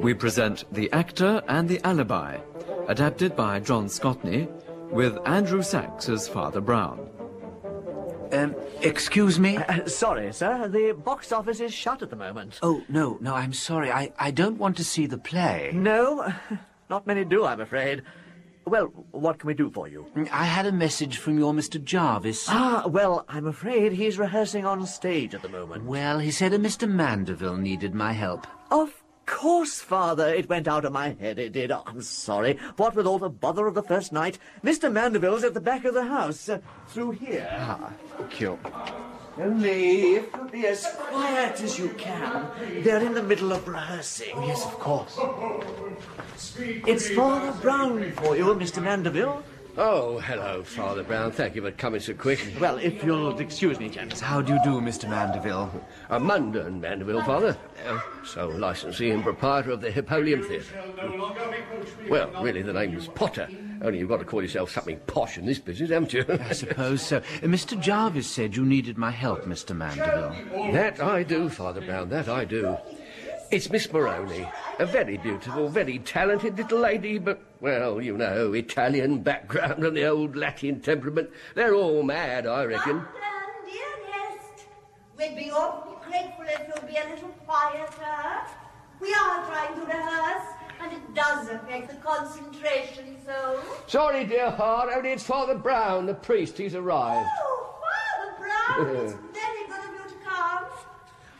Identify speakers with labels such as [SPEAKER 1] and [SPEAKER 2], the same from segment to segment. [SPEAKER 1] We present The Actor and the Alibi, adapted by John Scotney, with Andrew Sachs as Father Brown.
[SPEAKER 2] Um, excuse me?
[SPEAKER 3] Uh, sorry, sir. The box office is shut at the moment.
[SPEAKER 2] Oh, no, no, I'm sorry. I, I don't want to see the play.
[SPEAKER 3] No, not many do, I'm afraid. Well, what can we do for you?
[SPEAKER 2] Mm, I had a message from your Mr. Jarvis.
[SPEAKER 3] Ah, well, I'm afraid he's rehearsing on stage at the moment.
[SPEAKER 2] Well, he said a Mr. Mandeville needed my help.
[SPEAKER 3] Of course, Father, it went out of my head, it did. I'm sorry. What with all the bother of the first night, Mr. Mandeville's at the back of the house, uh, through here.
[SPEAKER 2] Ah, thank you.
[SPEAKER 3] Only if you'll be as quiet as you can. They're in the middle of rehearsing. Oh, yes, of course. It's Father Brown for you, Mr. Mandeville.
[SPEAKER 4] Oh, hello, Father Brown. Thank you for coming so quick.
[SPEAKER 3] Well, if you'll excuse me, gents.
[SPEAKER 2] How do you do, Mr. Mandeville?
[SPEAKER 4] A Mundan Mandeville, Father.
[SPEAKER 3] Uh,
[SPEAKER 4] So, licensee and proprietor of the Hippolyum Theatre. Well, really, the name's Potter. Only you've got to call yourself something posh in this business, haven't you?
[SPEAKER 2] I suppose so. Uh, Mr. Jarvis said you needed my help, Mr. Mandeville.
[SPEAKER 4] That I do, Father Brown, that I do. It's Miss Moroni, a very beautiful, very talented little lady, but, well, you know, Italian background and the old Latin temperament. They're all mad, I reckon.
[SPEAKER 5] Auckland, dearest, we'd be awfully grateful if you'd be a little quieter. We are trying to rehearse, and it does affect the concentration so.
[SPEAKER 4] Sorry, dear heart, only it's Father Brown, the priest. He's arrived.
[SPEAKER 5] Oh, Father Brown, it's very good of you to come.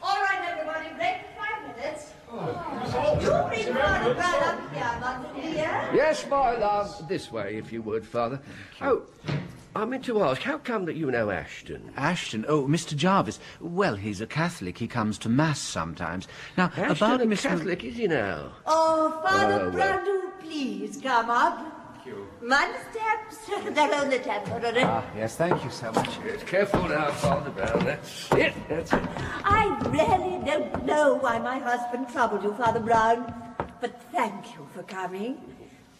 [SPEAKER 5] All right, everybody, break for five minutes. Oh, You bring Father Brown up here, Mother dear.
[SPEAKER 4] Yes, my love. This way, if you would, Father. Oh, I meant to ask, how come that you know Ashton?
[SPEAKER 2] Ashton, oh, Mr. Jarvis. Well, he's a Catholic. He comes to Mass sometimes. Now,
[SPEAKER 4] Ashton
[SPEAKER 2] about
[SPEAKER 4] a
[SPEAKER 2] Miss. Mor-
[SPEAKER 4] Catholic, is he now?
[SPEAKER 5] Oh,
[SPEAKER 4] Oh,
[SPEAKER 5] Father
[SPEAKER 4] well.
[SPEAKER 5] Brown, do please come up. Thank you. One step, second alone the temporary.
[SPEAKER 2] Ah, Yes, thank you so much.
[SPEAKER 4] Yes, careful now, Father Brown. That's it. That's it.
[SPEAKER 5] I really don't know why my husband troubled you, Father Brown, but thank you for coming.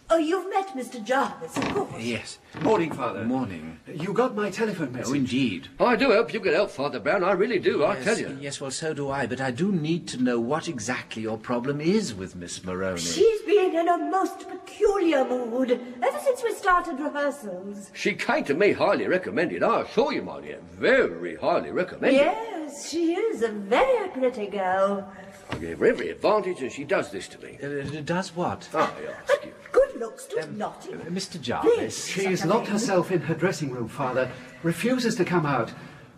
[SPEAKER 5] Oh, you've met Mr. Jarvis, of course.
[SPEAKER 2] Yes.
[SPEAKER 6] Morning, Father.
[SPEAKER 2] Morning.
[SPEAKER 6] You got my telephone
[SPEAKER 2] Oh,
[SPEAKER 6] message.
[SPEAKER 2] indeed.
[SPEAKER 4] I do hope you can help, Father Brown. I really do, I tell you.
[SPEAKER 2] Yes, well, so do I, but I do need to know what exactly your problem is with Miss Moroni.
[SPEAKER 5] She's been in a most peculiar mood ever since we started rehearsals.
[SPEAKER 4] She came to me highly recommended, I assure you, my dear. Very highly recommended.
[SPEAKER 5] Yes, she is a very pretty girl.
[SPEAKER 4] I gave her every advantage, and she does this to me.
[SPEAKER 2] Uh, uh, does what?
[SPEAKER 4] Ah, yeah.
[SPEAKER 5] But good looks do not
[SPEAKER 2] Uh,
[SPEAKER 5] even.
[SPEAKER 2] Mr.
[SPEAKER 4] Hmm.
[SPEAKER 2] Jarvis.
[SPEAKER 6] She is locked herself in her dressing room, Father, refuses to come out,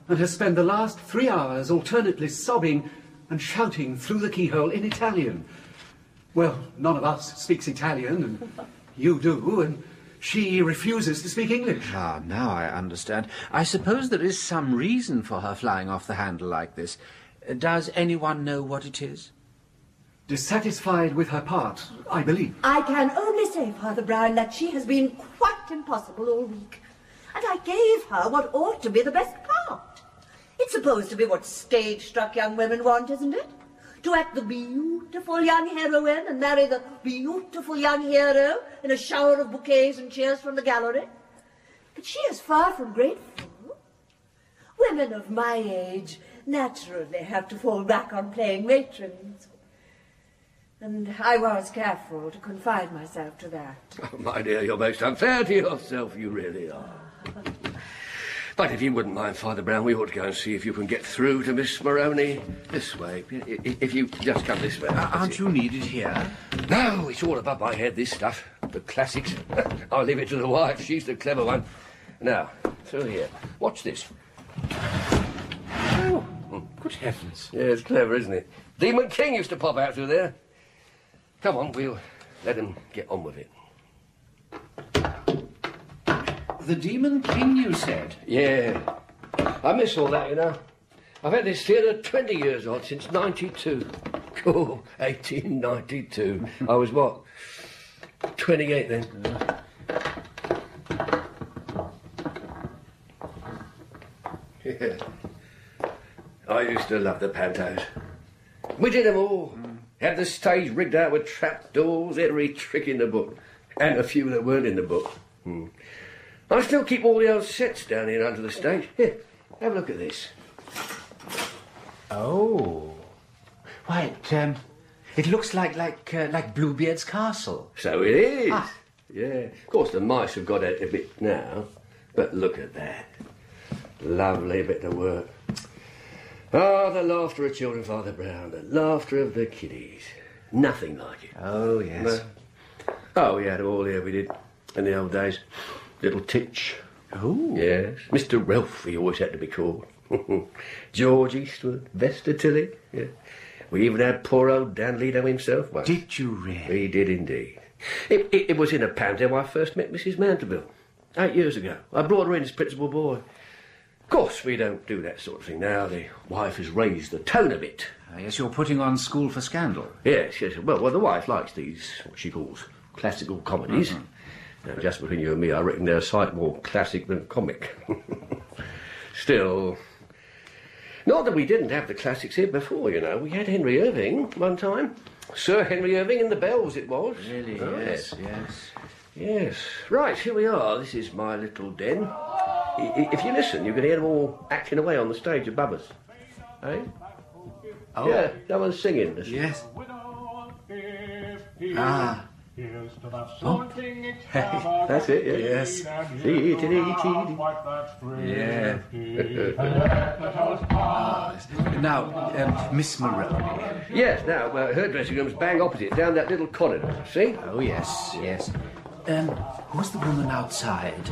[SPEAKER 6] and has spent the last three hours alternately sobbing and shouting through the keyhole in Italian. Well, none of us speaks Italian, and you do, and she refuses to speak English.
[SPEAKER 2] Ah, now I understand. I suppose there is some reason for her flying off the handle like this. Uh, Does anyone know what it is?
[SPEAKER 6] Dissatisfied with her part, I believe.
[SPEAKER 5] I can only say, Father Brown, that she has been quite impossible all week. And I gave her what ought to be the best part. It's supposed to be what stage-struck young women want, isn't it? To act the beautiful young heroine and marry the beautiful young hero in a shower of bouquets and cheers from the gallery. But she is far from grateful. Women of my age naturally have to fall back on playing matrons. And I was careful to confine myself to that.
[SPEAKER 4] Oh, My dear, you're most unfair to yourself, you really are. But if you wouldn't mind, Father Brown, we ought to go and see if you can get through to Miss Moroni. This way. I- i- If you just come this way.
[SPEAKER 2] Uh, aren't you needed here?
[SPEAKER 4] No, it's all above my head, this stuff. The classics. I'll leave it to the wife. She's the clever one. Now, through here. Watch this. Oh, good heavens. Yeah, it's clever, isn't it? Demon King used to pop out through there. Come on, we'll let him get on with it.
[SPEAKER 2] The Demon King, you said.
[SPEAKER 4] Yeah. I miss all that, you know. I've had this theatre 20 years odd, since 92. Cool, 1892. I was what? 28 then. Yeah. I used to love the pantos. We did them all. Had the stage rigged out with trap doors, every trick in the book, and a few that weren't in the book. Hmm. I still keep all the old sets down here under the stage. Here, have a look at this.
[SPEAKER 2] Oh. Why, it, um, it looks like like uh, like Bluebeard's castle.
[SPEAKER 4] So it is.
[SPEAKER 2] Ah.
[SPEAKER 4] Yeah. Of course, the mice have got out a bit now, but look at that. Lovely bit of work. Ah, the laughter of children, Father Brown, the laughter of the kiddies. Nothing like it.
[SPEAKER 2] Oh, yes.
[SPEAKER 4] Oh, we had all here, we did, in the old days. Little Titch.
[SPEAKER 2] Oh.
[SPEAKER 4] Yes. Mr. Ralph, he always had to be called. George Eastwood, Vester Tilly. Yeah. We even had poor old Dan Lido himself. once.
[SPEAKER 2] Did you really?
[SPEAKER 4] He did indeed. It, it, it was in a panto I first met Mrs. Mandeville, eight years ago. I brought her in as principal boy. Of course, we don't do that sort of thing now. The wife has raised the tone a bit.
[SPEAKER 2] Ah, yes, you're putting on school for scandal.
[SPEAKER 4] Yes, yes. Well, well, the wife likes these, what she calls, classical comedies.
[SPEAKER 2] Mm-hmm.
[SPEAKER 4] Now, just between you and me, I reckon they're a sight more classic than comic. Still, not that we didn't have the classics here before, you know. We had Henry Irving one time. Sir Henry Irving and the Bells, it was.
[SPEAKER 2] Really?
[SPEAKER 4] Oh,
[SPEAKER 2] yes, yes.
[SPEAKER 4] Yes. Right, here we are. This is my little den. I- i- If you listen, you can hear them all acting away on the stage above us. Eh?
[SPEAKER 2] Oh.
[SPEAKER 4] Yeah, no one's singing.
[SPEAKER 2] Yes.
[SPEAKER 7] Ah. Oh. That's it, yeah.
[SPEAKER 4] Yes.
[SPEAKER 7] Yeah.
[SPEAKER 2] Now, um, Miss Maroney.
[SPEAKER 4] Yes, now, uh, her dressing room's bang opposite, down that little corridor, see?
[SPEAKER 2] Oh, yes, yes. Um, who's the woman outside?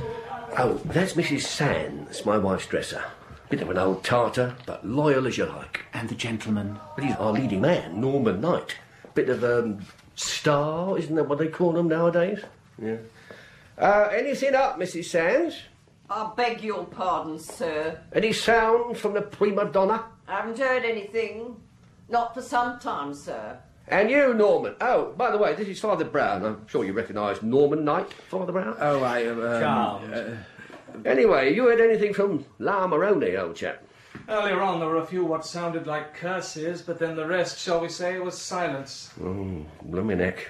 [SPEAKER 4] Oh, that's Mrs. Sands, my wife's dresser. Bit of an old tartar, but loyal as you like.
[SPEAKER 2] And the gentleman?
[SPEAKER 4] But he's our leading man, Norman Knight. Bit of a um, star, isn't that what they call him nowadays? Yeah. Uh, anything up, Mrs. Sands?
[SPEAKER 8] I beg your pardon, sir.
[SPEAKER 4] Any sound from the prima donna?
[SPEAKER 8] I haven't heard anything. Not for some time, sir.
[SPEAKER 4] And you, Norman. Oh, by the way, this is Father Brown. I'm sure you recognise Norman Knight, Father Brown.
[SPEAKER 2] Oh, I. Um,
[SPEAKER 9] Charmed.
[SPEAKER 4] Anyway, you heard anything from La Moroni, old chap?
[SPEAKER 9] Earlier on, there were a few what sounded like curses, but then the rest, shall we say, was silence.
[SPEAKER 4] Oh, Blooming neck.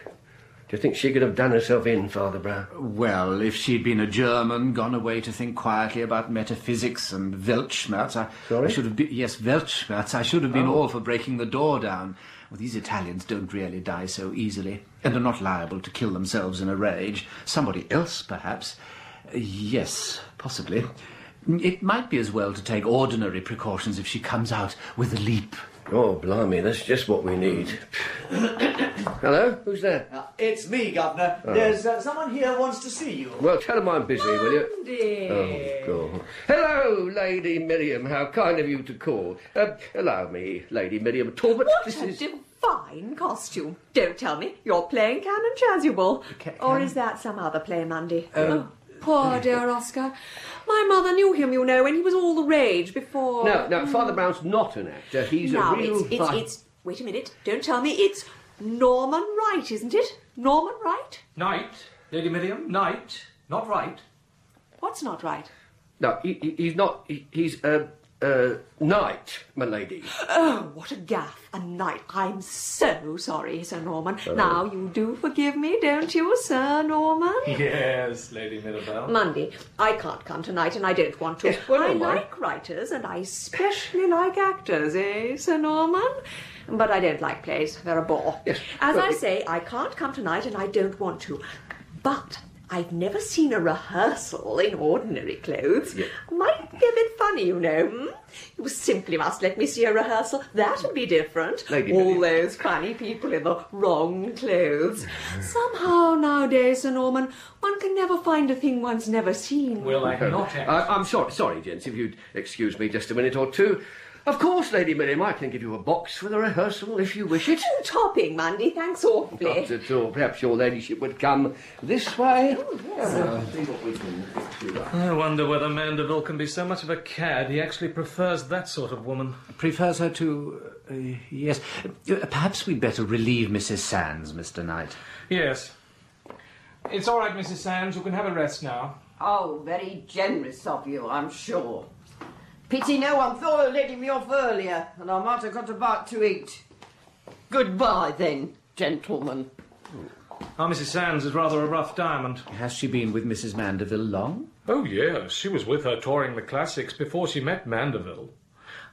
[SPEAKER 4] Do you think she could have done herself in, Father Brown?
[SPEAKER 2] Well, if she'd been a German, gone away to think quietly about metaphysics and Weltschmerz, I,
[SPEAKER 4] Sorry?
[SPEAKER 2] I should have been. Yes, Weltschmerz. I should have been all for breaking the door down. Well, these Italians don't really die so easily, and are not liable to kill themselves in a rage. Somebody else, perhaps. Uh, yes, possibly. It might be as well to take ordinary precautions if she comes out with a leap.
[SPEAKER 4] Oh, blimey, that's just what we need. Hello, who's there?
[SPEAKER 3] Uh, It's me, Governor. There's uh, someone here wants to see you.
[SPEAKER 4] Well, tell him I'm busy, will you? Oh, God. Hello, Lady Miriam. How kind of you to call. Uh, allow me, Lady Miriam Talbot.
[SPEAKER 8] What
[SPEAKER 4] this
[SPEAKER 8] a
[SPEAKER 4] is.
[SPEAKER 8] divine costume. Don't tell me you're playing Canon Chasuble. Or is that some other play, Monday?
[SPEAKER 4] Um,
[SPEAKER 8] oh, poor dear Oscar. My mother knew him, you know, and he was all the rage before.
[SPEAKER 4] No, no, Father Brown's not an actor. He's
[SPEAKER 8] Now,
[SPEAKER 4] a real.
[SPEAKER 8] Oh. it's, it's,
[SPEAKER 4] fi-
[SPEAKER 8] it's. Wait a minute. Don't tell me it's Norman Wright, isn't it? Norman Wright?
[SPEAKER 9] Night, Lady Miriam, night, not right.
[SPEAKER 8] What's not right?
[SPEAKER 4] No, he, he- he's not. He, he's a uh, uh, knight, my lady.
[SPEAKER 8] Oh, what a gaff a night. I'm so sorry, Sir Norman. Now, you do forgive me, don't you, Sir Norman?
[SPEAKER 9] Yes, Lady Mirabelle.
[SPEAKER 8] Monday. I can't come tonight and I don't want to.
[SPEAKER 4] Yes, well,
[SPEAKER 8] I
[SPEAKER 4] don't worry.
[SPEAKER 8] like writers and I especially like actors, eh, Sir Norman? But I don't like plays. They're a bore.
[SPEAKER 4] Yes,
[SPEAKER 8] As
[SPEAKER 4] well,
[SPEAKER 8] I
[SPEAKER 4] it-
[SPEAKER 8] say, I can't come tonight and I don't want to. But I've never seen a rehearsal in ordinary clothes. Might be a bit funny, you know. hmm? You simply must let me see a rehearsal. That'd be different.
[SPEAKER 4] Lady
[SPEAKER 8] All
[SPEAKER 4] Mary.
[SPEAKER 8] those funny people in the wrong clothes. Somehow nowadays, Sir Norman, one can never find a thing one's never seen.
[SPEAKER 9] Will I not act?
[SPEAKER 4] I, I'm sorry, sorry, gents, if you'd excuse me just a minute or two. Of course, Lady Miriam, I can give you a box for the rehearsal if you wish it.
[SPEAKER 8] Oh, Topping, Monday. Thanks
[SPEAKER 4] Not
[SPEAKER 8] awfully.
[SPEAKER 4] at all. Perhaps your ladyship would come this way.
[SPEAKER 8] Oh,
[SPEAKER 4] Uh, Oh,
[SPEAKER 9] I wonder whether Mandeville can be so much of a cad he actually prefers that sort of woman.
[SPEAKER 2] Prefers her to. Uh, yes. Uh, perhaps we'd better relieve Mrs. Sands, Mr. Knight.
[SPEAKER 9] Yes. It's all right, Mrs. Sands. You can have a rest now.
[SPEAKER 8] Oh, very generous of you, I'm sure. Pity no one thought of letting me off earlier, and I might have got a bite to eat. Goodbye, then, gentlemen.
[SPEAKER 9] Our Mrs. Sands is rather a rough diamond.
[SPEAKER 2] Has she been with Mrs. Mandeville long?
[SPEAKER 9] Oh, yes, she was with her touring the classics before she met Mandeville.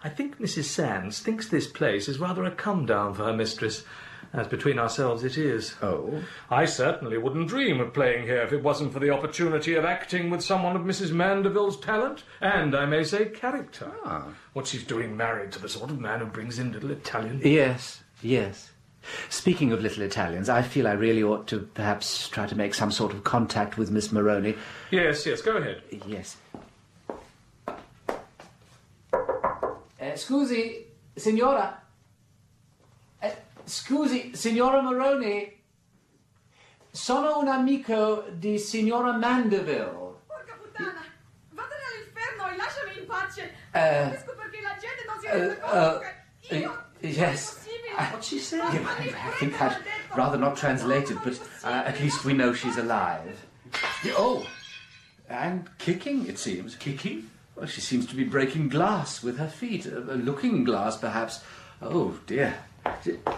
[SPEAKER 9] I think Mrs. Sands thinks this place is rather a come down for her mistress, as between ourselves it is.
[SPEAKER 2] Oh.
[SPEAKER 9] I certainly wouldn't dream of playing here if it wasn't for the opportunity of acting with someone of Mrs. Mandeville's talent and, I may say, character.
[SPEAKER 2] Ah.
[SPEAKER 9] What she's doing married to the sort of man who brings in little Italian.
[SPEAKER 2] Yes, yes. Speaking of little Italians, I feel I really ought to perhaps try to make some sort of contact with Miss Moroni.
[SPEAKER 9] Yes, yes, go ahead.
[SPEAKER 2] Yes. Eh, scusi, signora. Eh, scusi, signora Moroni. Sono un amico di signora Mandeville.
[SPEAKER 10] Porca puttana! Vattene all'inferno e lasciami in pace!
[SPEAKER 2] Eh.
[SPEAKER 10] non capisco perché la gente non si
[SPEAKER 2] Eh,
[SPEAKER 10] rende
[SPEAKER 2] eh,
[SPEAKER 10] conto che io...
[SPEAKER 2] yes.
[SPEAKER 10] What she said?
[SPEAKER 2] I think I'd rather not translate it, but uh, at least we know she's alive. Yeah, Oh, and kicking, it seems. Kicking? Well, she seems to be breaking glass with her feet. A, a looking glass, perhaps. Oh, dear.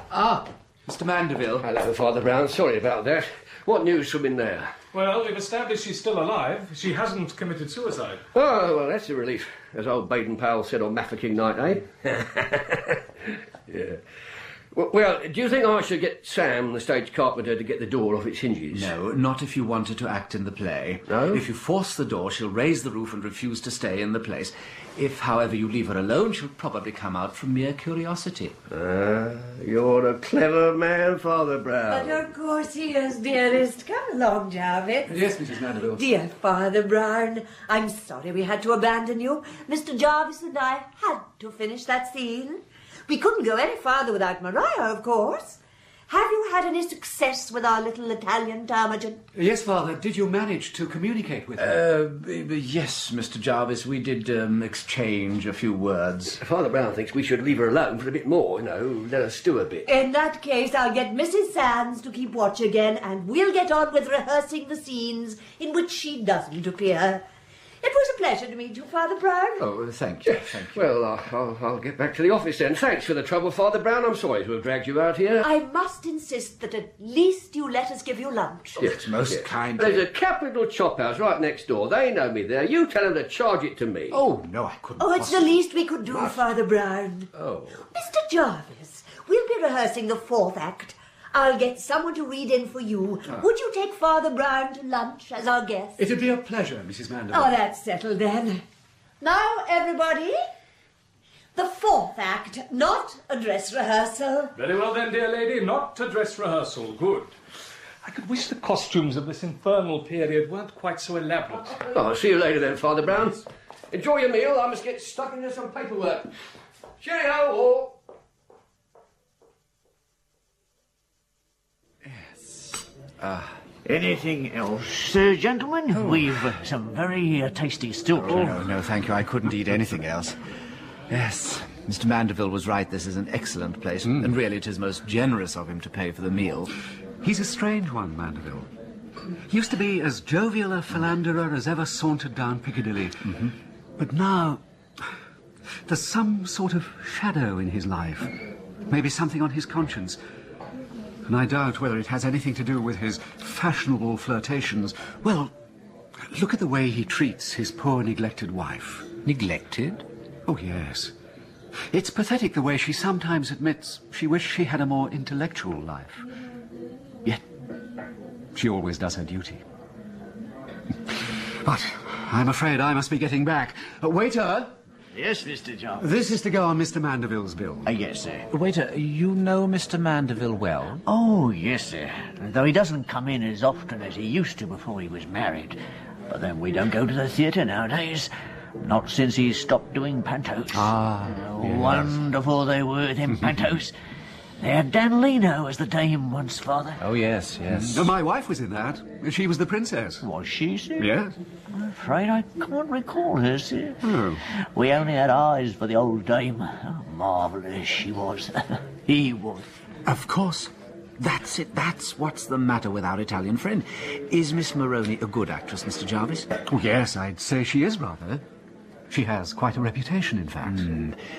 [SPEAKER 2] Ah, Mr. Mandeville.
[SPEAKER 4] Hello, Father Brown. Sorry about that. What news from in there?
[SPEAKER 9] Well, we've established she's still alive. She hasn't committed suicide.
[SPEAKER 4] Oh, well, that's a relief, as old Baden Powell said on Mafeking night, eh? yeah. Well, well, do you think I should get Sam, the stage carpenter, to get the door off its hinges?
[SPEAKER 2] No, not if you want her to act in the play.
[SPEAKER 4] No?
[SPEAKER 2] If you force the door, she'll raise the roof and refuse to stay in the place. If, however, you leave her alone, she'll probably come out from mere curiosity.
[SPEAKER 4] Ah, you're a clever man, Father
[SPEAKER 5] But
[SPEAKER 4] Brown.
[SPEAKER 5] of course he is, dearest. Come along, Jarvis.
[SPEAKER 2] Yes, Mrs. Mandeville.
[SPEAKER 5] uh, Dear Father Brown, I'm sorry we had to abandon you. Mr. Jarvis and I had to finish that scene. We couldn't go any farther without Maria, of course. Have you had any success with our little Italian termagant?
[SPEAKER 6] Yes, Father, did you manage to communicate with her?
[SPEAKER 2] Uh, b- b- yes, Mr. Jarvis, we did um, exchange a few words.
[SPEAKER 4] Father Brown thinks we should leave her alone for a bit more, you know, let her stew a bit.
[SPEAKER 5] In that case, I'll get Mrs. Sands to keep watch again, and we'll get on with rehearsing the scenes in which she doesn't appear. It was a pleasure to meet you, Father Brown.
[SPEAKER 2] Oh, thank you, thank you.
[SPEAKER 4] Well, I- I'll, I'll get back to the office then. Thanks for the trouble, Father Brown. I'm sorry to have dragged you out here.
[SPEAKER 5] I must insist that at least you let us give you lunch.
[SPEAKER 2] It's most kind.
[SPEAKER 4] There's a capital chop house right next door. They know me there. You tell them to charge it to me.
[SPEAKER 2] Oh no, I couldn't.
[SPEAKER 5] Oh, it's the
[SPEAKER 2] possibly-
[SPEAKER 5] least we could do, Father Brown.
[SPEAKER 4] Oh.
[SPEAKER 5] Mr. Jarvis, we'll be rehearsing the fourth act. I'll get someone to read in for you. Would you take Father Brown to lunch as our guest?
[SPEAKER 6] It'd be a pleasure, Mrs. Mandeville.
[SPEAKER 5] Oh, that's settled then. Now, everybody, the fourth act, not a dress rehearsal.
[SPEAKER 9] Very well then, dear lady, not a dress rehearsal. Good. I could wish the costumes of this infernal period weren't quite so elaborate.
[SPEAKER 4] Oh, I'll see you later then, Father Brown. Enjoy your meal. I must get stuck into some paperwork. Cheerio, all.
[SPEAKER 3] Ah. Anything else, uh, gentlemen? We've uh, some very uh, tasty stilts.
[SPEAKER 2] No, no, thank you. I couldn't eat anything else. Yes, Mr. Mandeville was right. This is an excellent place, and really, it is most generous of him to pay for the meal.
[SPEAKER 6] He's a strange one, Mandeville. He used to be as jovial a philanderer as ever sauntered down Piccadilly. But now, there's some sort of shadow in his life. Maybe something on his conscience. And I doubt whether it has anything to do with his fashionable flirtations. Well, look at the way he treats his poor, neglected wife.
[SPEAKER 2] Neglected?
[SPEAKER 6] Oh, yes. It's pathetic the way she sometimes admits she wished she had a more intellectual life. Yet, she always does her duty. But I'm afraid I must be getting back. Uh, waiter,
[SPEAKER 3] Yes, Mr. Jarvis.
[SPEAKER 6] this is to go on Mr. Mandeville's bill.
[SPEAKER 3] Uh, yes, sir.
[SPEAKER 2] Waiter, you know Mr. Mandeville well?
[SPEAKER 3] Oh, yes, sir. Though he doesn't come in as often as he used to before he was married. But then we don't go to the theatre nowadays. Not since he stopped doing pantos. Ah, wonderful they were, them pantos. They had Dan Leno as the dame once, father.
[SPEAKER 2] Oh yes, yes.
[SPEAKER 6] Uh, my wife was in that. She was the princess.
[SPEAKER 3] Was she, sir?
[SPEAKER 6] Yes.
[SPEAKER 3] I'm afraid I can't recall her, sir.
[SPEAKER 6] Oh.
[SPEAKER 3] We only had eyes for the old dame. How marvellous she was. he was.
[SPEAKER 2] Of course. That's it. That's what's the matter with our Italian friend. Is Miss Moroni a good actress, Mr. Jarvis?
[SPEAKER 6] Oh, yes, I'd say she is rather.
[SPEAKER 2] She has quite a reputation, in fact.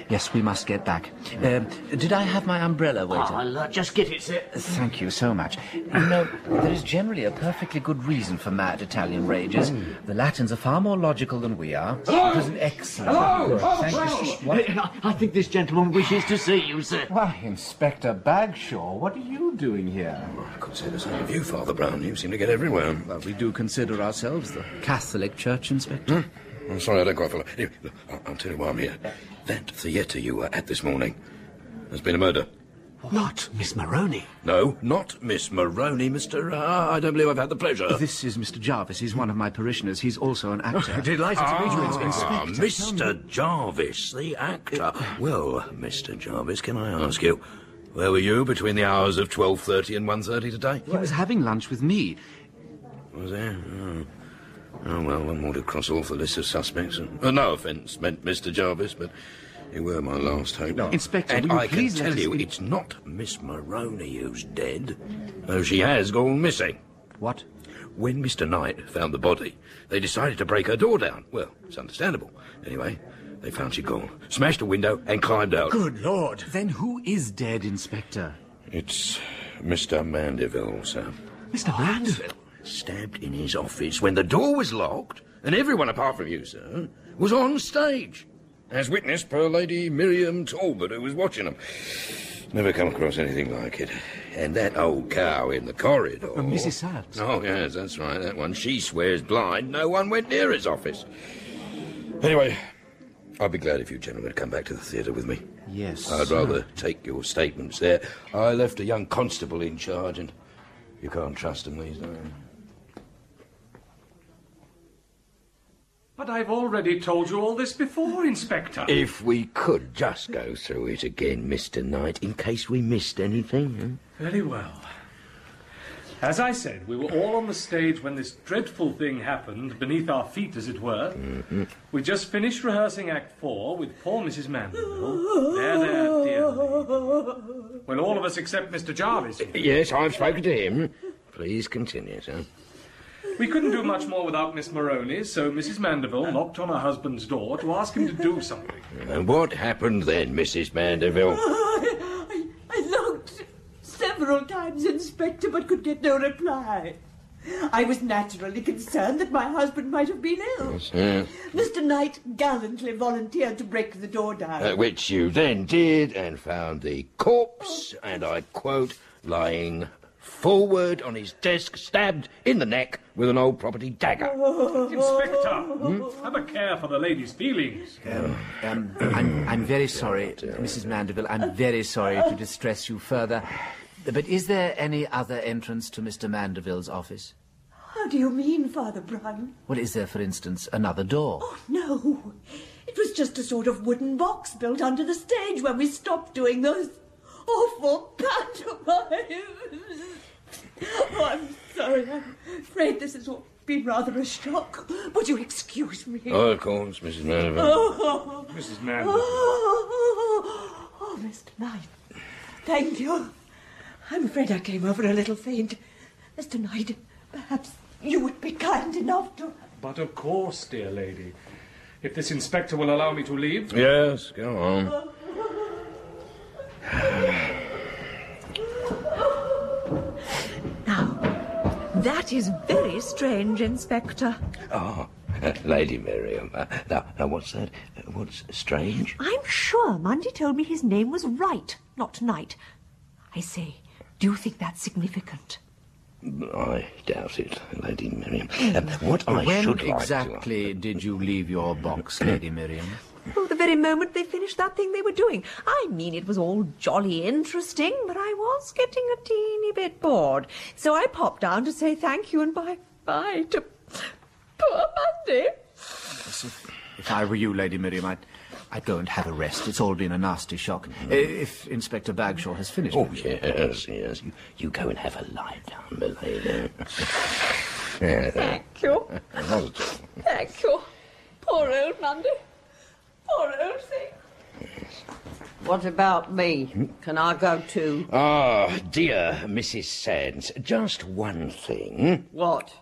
[SPEAKER 2] Yes, we must get back. Um, did I have my umbrella, waiter?
[SPEAKER 3] I'll uh, just get it, sir.
[SPEAKER 2] Thank you so much. You know, there is generally a perfectly good reason for mad Italian rages. The Latins are far more logical than we are.
[SPEAKER 3] Hello!
[SPEAKER 2] It was an excellent.
[SPEAKER 3] Hello! Hello!
[SPEAKER 2] Thank you.
[SPEAKER 3] Hello! I think this gentleman wishes to see you, sir.
[SPEAKER 2] Why, Inspector Bagshaw, what are you doing here?
[SPEAKER 11] I could say the same of you, Father Brown. You seem to get everywhere. Uh,
[SPEAKER 2] Well, we do consider ourselves the Catholic Church Inspector.
[SPEAKER 11] I'm sorry I don't quite follow. Anyway, look, I- I'll tell you why I'm here. That theatre you were at this morning, there's been a murder.
[SPEAKER 2] Not Miss Maroney.
[SPEAKER 11] No, not Miss Maroney, Mr. Ah, I don't believe I've had the pleasure.
[SPEAKER 2] This is Mr. Jarvis. He's one of my parishioners. He's also an
[SPEAKER 3] Oh,
[SPEAKER 2] actor. Oh,
[SPEAKER 11] Ah, Mr. Jarvis, the actor. Well, Mr. Jarvis, can I ask you, where were you between the hours of 12.30 and 1.30 today?
[SPEAKER 2] He was having lunch with me.
[SPEAKER 11] Was there? Oh. Oh, well, one more to cross off the list of suspects. Uh, no offence meant, Mr. Jarvis, but you were my last hope.
[SPEAKER 2] Inspector,
[SPEAKER 11] and
[SPEAKER 2] will you
[SPEAKER 11] I can
[SPEAKER 2] please let
[SPEAKER 11] tell
[SPEAKER 2] us
[SPEAKER 11] you,
[SPEAKER 2] in-
[SPEAKER 11] it's not Miss Maroney who's dead, though she has gone missing.
[SPEAKER 2] What?
[SPEAKER 11] When Mr. Knight found the body, they decided to break her door down. Well, it's understandable. Anyway, they found she'd gone, smashed a window, and climbed out.
[SPEAKER 2] Good Lord. Then who is dead, Inspector?
[SPEAKER 11] It's Mr. Mandeville, sir.
[SPEAKER 2] Mr. Mandeville?
[SPEAKER 11] Stabbed in his office when the door was locked, and everyone apart from you, sir, was on stage. As witnessed per Lady Miriam Talbot, who was watching them. Never come across anything like it. And that old cow in the corridor.
[SPEAKER 2] Uh, Mrs. Sabbs.
[SPEAKER 11] Oh, yes, that's right, that one. She swears blind no one went near his office. Anyway, I'd be glad if you gentlemen had come back to the theatre with me.
[SPEAKER 2] Yes.
[SPEAKER 11] I'd rather take your statements there. I left a young constable in charge, and you can't trust him these days.
[SPEAKER 9] But I've already told you all this before, Inspector.
[SPEAKER 11] If we could just go through it again, Mr. Knight, in case we missed anything.
[SPEAKER 9] Very well. As I said, we were all on the stage when this dreadful thing happened, beneath our feet, as it were.
[SPEAKER 4] Mm-hmm.
[SPEAKER 9] We just finished rehearsing Act Four with poor Mrs. Mandeville. there, there, dear. lady. Well, all of us except Mr. Jarvis.
[SPEAKER 11] Yes, I've spoken to him. Please continue, sir.
[SPEAKER 9] We couldn't do much more without Miss Maroney, so Mrs. Mandeville knocked on her husband's door to ask him to do something.
[SPEAKER 11] And what happened then, Mrs. Mandeville?
[SPEAKER 10] I, I knocked several times, Inspector, but could get no reply. I was naturally concerned that my husband might have been ill.
[SPEAKER 11] Yes.
[SPEAKER 10] Mr. Knight gallantly volunteered to break the door down.
[SPEAKER 11] At Uh, which you then did and found the corpse, and I quote, lying forward on his desk, stabbed in the neck with an old property dagger.
[SPEAKER 9] Inspector, have a care for the lady's feelings.
[SPEAKER 2] Um, I'm, I'm very sorry, Mrs. Mandeville. I'm very sorry to distress you further. But is there any other entrance to Mr. Mandeville's office?
[SPEAKER 10] How do you mean, Father Brown?
[SPEAKER 2] Well, is there, for instance, another door?
[SPEAKER 10] No. It was just a sort of wooden box built under the stage when we stopped doing those awful pantomimes. Oh, I'm sorry. I'm afraid this has all been rather a shock. Would you excuse me?
[SPEAKER 11] Oh, of course, Mrs. Mandeville.
[SPEAKER 10] Oh.
[SPEAKER 9] Mrs.
[SPEAKER 10] Oh,
[SPEAKER 9] Mandeville.
[SPEAKER 10] oh, oh, oh, Mr. Knight. Thank you. I'm afraid I came over a little faint. Mr. Knight, perhaps you would be kind enough to.
[SPEAKER 9] But of course, dear lady. If this inspector will allow me to leave.
[SPEAKER 11] Yes, go on.
[SPEAKER 8] That is very strange, Inspector.
[SPEAKER 11] Ah, Lady Miriam. Uh, now, now, what's that? Uh, What's strange?
[SPEAKER 8] I'm sure Mundy told me his name was Wright, not Knight. I say, do you think that's significant?
[SPEAKER 11] I doubt it, Lady Miriam. Um, what I
[SPEAKER 2] when
[SPEAKER 11] should like to...
[SPEAKER 2] exactly did you leave your box, Lady Miriam?
[SPEAKER 8] Oh, the very moment they finished that thing they were doing. I mean, it was all jolly interesting, but I was getting a teeny bit bored. So I popped down to say thank you and bye bye to poor Mundy.
[SPEAKER 2] If I were you, Lady Miriam, I'd, I'd go and have a rest. It's all been a nasty shock. Uh, If Inspector Bagshaw has finished.
[SPEAKER 11] Mm-hmm. Oh,
[SPEAKER 2] with you.
[SPEAKER 11] yes, yes. You, you go and have a lie down, my lady. yeah, there.
[SPEAKER 8] Thank you.
[SPEAKER 11] Not at all.
[SPEAKER 8] Thank you. Poor old Mundy. Poor old thing.
[SPEAKER 5] What about me? Can I go too?
[SPEAKER 11] Ah, dear Mrs. Sands, just one thing.
[SPEAKER 5] What?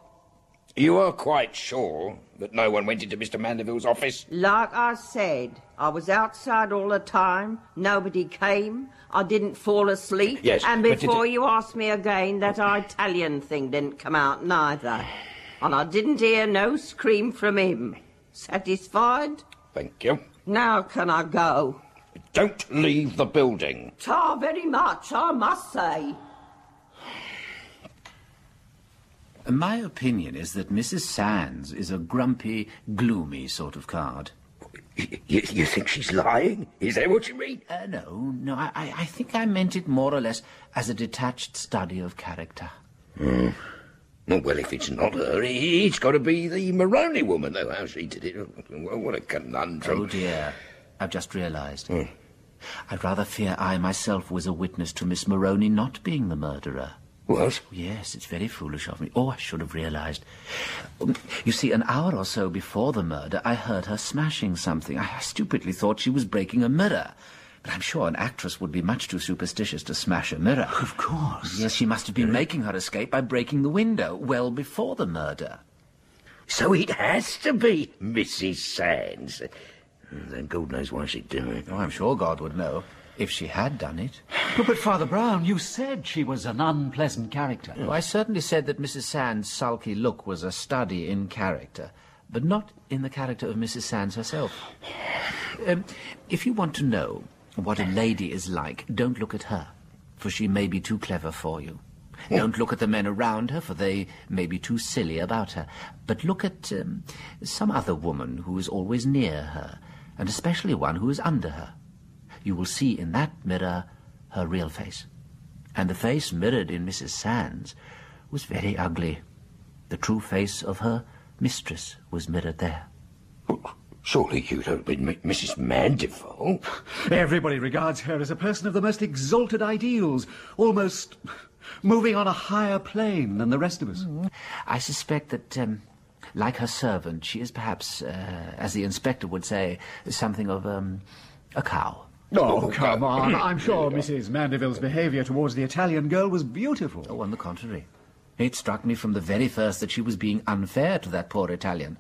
[SPEAKER 11] You are quite sure that no one went into Mr. Mandeville's office?
[SPEAKER 12] Like I said, I was outside all the time. Nobody came. I didn't fall asleep.
[SPEAKER 11] Yes,
[SPEAKER 12] And
[SPEAKER 11] but did
[SPEAKER 12] before
[SPEAKER 11] it-
[SPEAKER 12] you ask me again, that Italian thing didn't come out neither. And I didn't hear no scream from him. Satisfied?
[SPEAKER 11] Thank you.
[SPEAKER 12] Now can I go?
[SPEAKER 11] Don't leave the building.
[SPEAKER 12] Tar very much, I must say.
[SPEAKER 2] My opinion is that Mrs. Sands is a grumpy, gloomy sort of card.
[SPEAKER 11] You, you think she's lying? Is that what you mean?
[SPEAKER 2] Uh, no, no, I, I I think I meant it more or less as a detached study of character.
[SPEAKER 11] Hmm. Oh, well, if it's not her, i- it's got to be the Moroni woman, though. How she did it. Oh, What a conundrum.
[SPEAKER 2] Oh, dear. I've just realised.
[SPEAKER 11] Hmm.
[SPEAKER 2] I rather fear I myself was a witness to Miss Moroni not being the murderer.
[SPEAKER 11] What?
[SPEAKER 2] Yes, it's very foolish of me. Oh, I should have realised. Um, You see, an hour or so before the murder, I heard her smashing something. I stupidly thought she was breaking a mirror. But I'm sure an actress would be much too superstitious to smash a mirror. Of course. Yes, she must have been making her escape by breaking the window well before the murder.
[SPEAKER 11] So it has to be Mrs. Sands. Then God knows why she'd do it.
[SPEAKER 2] Oh, I'm sure God would know if she had done it.
[SPEAKER 6] But, but Father Brown, you said she was an unpleasant character.
[SPEAKER 2] Oh, I certainly said that Mrs. Sands' sulky look was a study in character, but not in the character of Mrs. Sands herself. Um, if you want to know what a lady is like, don't look at her, for she may be too clever for you. Don't look at the men around her, for they may be too silly about her. But look at um, some other woman who is always near her, and especially one who is under her. You will see in that mirror her real face and the face mirrored in Mrs. Sands was very ugly. The true face of her mistress was mirrored there.
[SPEAKER 11] Surely you don't mean M- Mrs.
[SPEAKER 2] Oh.
[SPEAKER 11] Mandeville?
[SPEAKER 7] Everybody regards her as a person of the most exalted ideals, almost moving on a higher plane than the rest of us.
[SPEAKER 2] Mm-hmm. I suspect that, um, like her servant, she is perhaps, uh, as the inspector would say, something of um, a cow.
[SPEAKER 7] Oh, come on. I'm sure Mrs. Mandeville's behaviour towards the Italian girl was beautiful.
[SPEAKER 2] Oh, on the contrary. It struck me from the very first that she was being unfair to that poor Italian.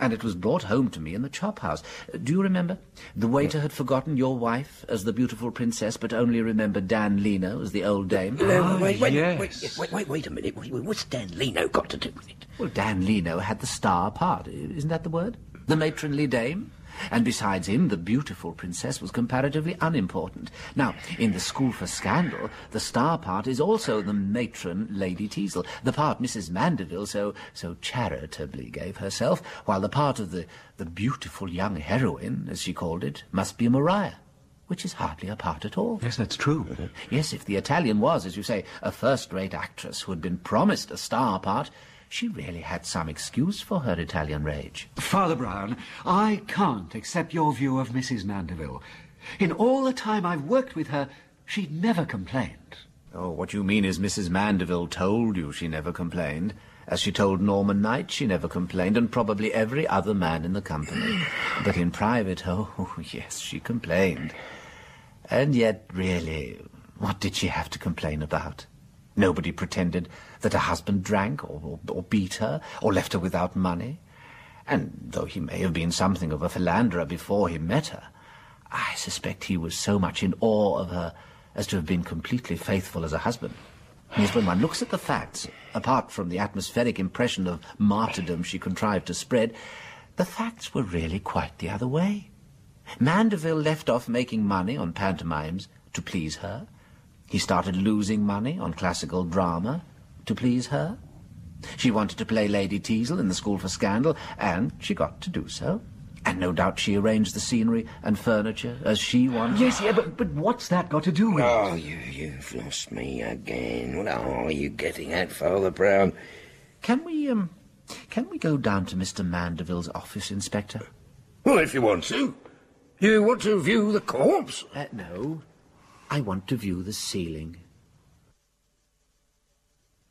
[SPEAKER 2] And it was brought home to me in the chop house. Do you remember? The waiter had forgotten your wife as the beautiful princess, but only remembered Dan Leno as the old dame.
[SPEAKER 7] Ah,
[SPEAKER 11] Uh, wait, wait, wait, wait, wait, wait a minute. Wait, wait, What's Dan Leno got to do with it?
[SPEAKER 2] Well, Dan Leno had the star part, i- isn't that the word? The matronly dame? And besides him, the beautiful princess was comparatively unimportant. Now, in The School for Scandal, the star part is also the matron, Lady Teazle, the part Mrs. Mandeville so, so charitably gave herself, while the part of the, the beautiful young heroine, as she called it, must be Maria which is hardly a part at all. Yes, that's true. Yes, if the Italian was, as you say, a first-rate actress who had been promised a star part, she really had some excuse for her Italian rage.
[SPEAKER 6] Father Brown, I can't accept your view of Mrs. Mandeville. In all the time I've worked with her, she never complained.
[SPEAKER 2] Oh, what you mean is Mrs. Mandeville told you she never complained. As she told Norman Knight, she never complained, and probably every other man in the company. But in private, oh, yes, she complained. And yet, really, what did she have to complain about? Nobody pretended that her husband drank, or, or, or beat her, or left her without money. And though he may have been something of a philanderer before he met her, I suspect he was so much in awe of her as to have been completely faithful as a husband. Yes, when one looks at the facts, apart from the atmospheric impression of martyrdom she contrived to spread, the facts were really quite the other way. Mandeville left off making money on pantomimes to please her. He started losing money on classical drama to please her. She wanted to play Lady Teazle in the School for Scandal, and she got to do so. And no doubt she arranged the scenery and furniture as she wanted.
[SPEAKER 7] Yes, yeah, but, but what's that got to do with
[SPEAKER 11] Oh, you, you've lost me uh, again. What are you getting at, Father Brown?
[SPEAKER 2] Can we, um, can we go down to Mr. Mandeville's office, Inspector?
[SPEAKER 11] Well, if you want to. You want to view the corpse?
[SPEAKER 2] Uh, no. I want to view the ceiling.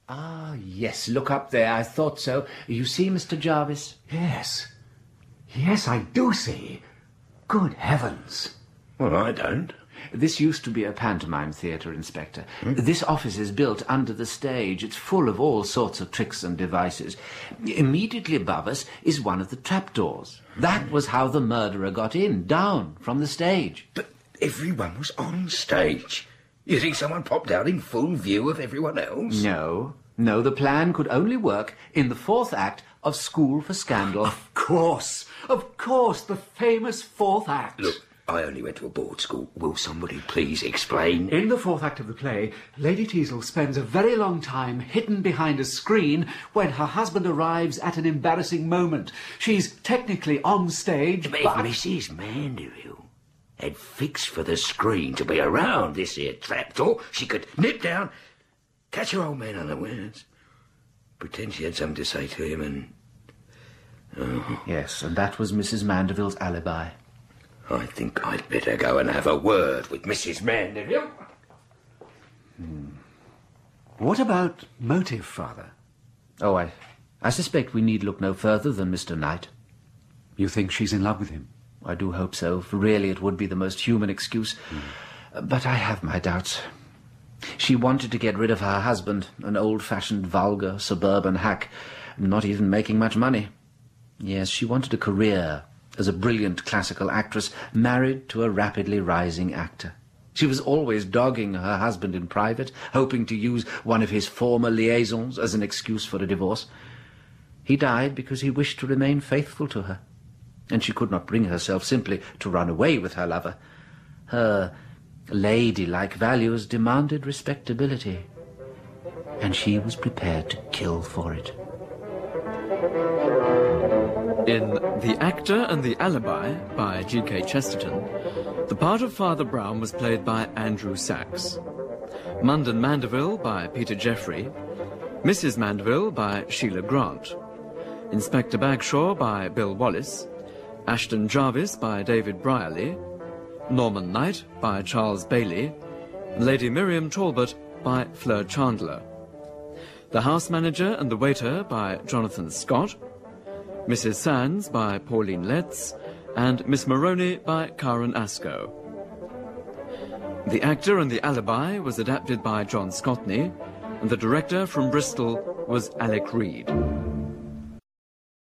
[SPEAKER 2] Ah, yes, look up there. I thought so. You see, Mr. Jarvis?
[SPEAKER 6] Yes. Yes, I do see. Good heavens.
[SPEAKER 11] Well, I don't.
[SPEAKER 2] This used to be a pantomime theatre, Inspector.
[SPEAKER 11] Hmm?
[SPEAKER 2] This office is built under the stage. It's full of all sorts of tricks and devices. Immediately above us is one of the trapdoors. That was how the murderer got in, down from the stage.
[SPEAKER 11] But everyone was on stage. You think someone popped out in full view of everyone else?
[SPEAKER 2] No, no, the plan could only work in the fourth act of School for Scandal. Of
[SPEAKER 6] course, of course, the famous fourth act.
[SPEAKER 11] Look, I only went to a board school. Will somebody please explain?
[SPEAKER 6] In the fourth act of the play, Lady Teazle spends a very long time hidden behind a screen when her husband arrives at an embarrassing moment. She's technically on stage,
[SPEAKER 11] But
[SPEAKER 6] but...
[SPEAKER 11] if Mrs. Mandeville had fixed for the screen to be around this here trapdoor, she could nip down, catch her old man unawares, pretend she had something to say to him, and
[SPEAKER 2] Yes, and that was Mrs. Mandeville's alibi.
[SPEAKER 11] I think I'd better go and have a word with Mrs. Mandeville.
[SPEAKER 2] Hmm. What about motive, Father? Oh, I, I suspect we need look no further than Mr. Knight.
[SPEAKER 6] You think she's in love with him?
[SPEAKER 2] I do hope so, for really it would be the most human excuse. Uh,
[SPEAKER 6] Hmm.
[SPEAKER 2] But I have my doubts. She wanted to get rid of her husband, an old-fashioned, vulgar, suburban hack, not even making much money. Yes, she wanted a career as a brilliant classical actress married to a rapidly rising actor. She was always dogging her husband in private, hoping to use one of his former liaisons as an excuse for a divorce. He died because he wished to remain faithful to her, and she could not bring herself simply to run away with her lover. Her ladylike values demanded respectability, and she was prepared to kill for it.
[SPEAKER 1] In The Actor and the Alibi by G.K. Chesterton, the part of Father Brown was played by Andrew Sachs. Munden Mandeville by Peter Jeffrey. Mrs. Mandeville by Sheila Grant. Inspector Bagshaw by Bill Wallace. Ashton Jarvis by David Brierley. Norman Knight by Charles Bailey. Lady Miriam Talbot by Fleur Chandler. The House Manager and the Waiter by Jonathan Scott. Mrs. Sands by Pauline Letts, and Miss Maroney by Karen Asco. The Actor and the Alibi was adapted by John Scotney, and the director from Bristol was Alec Reed.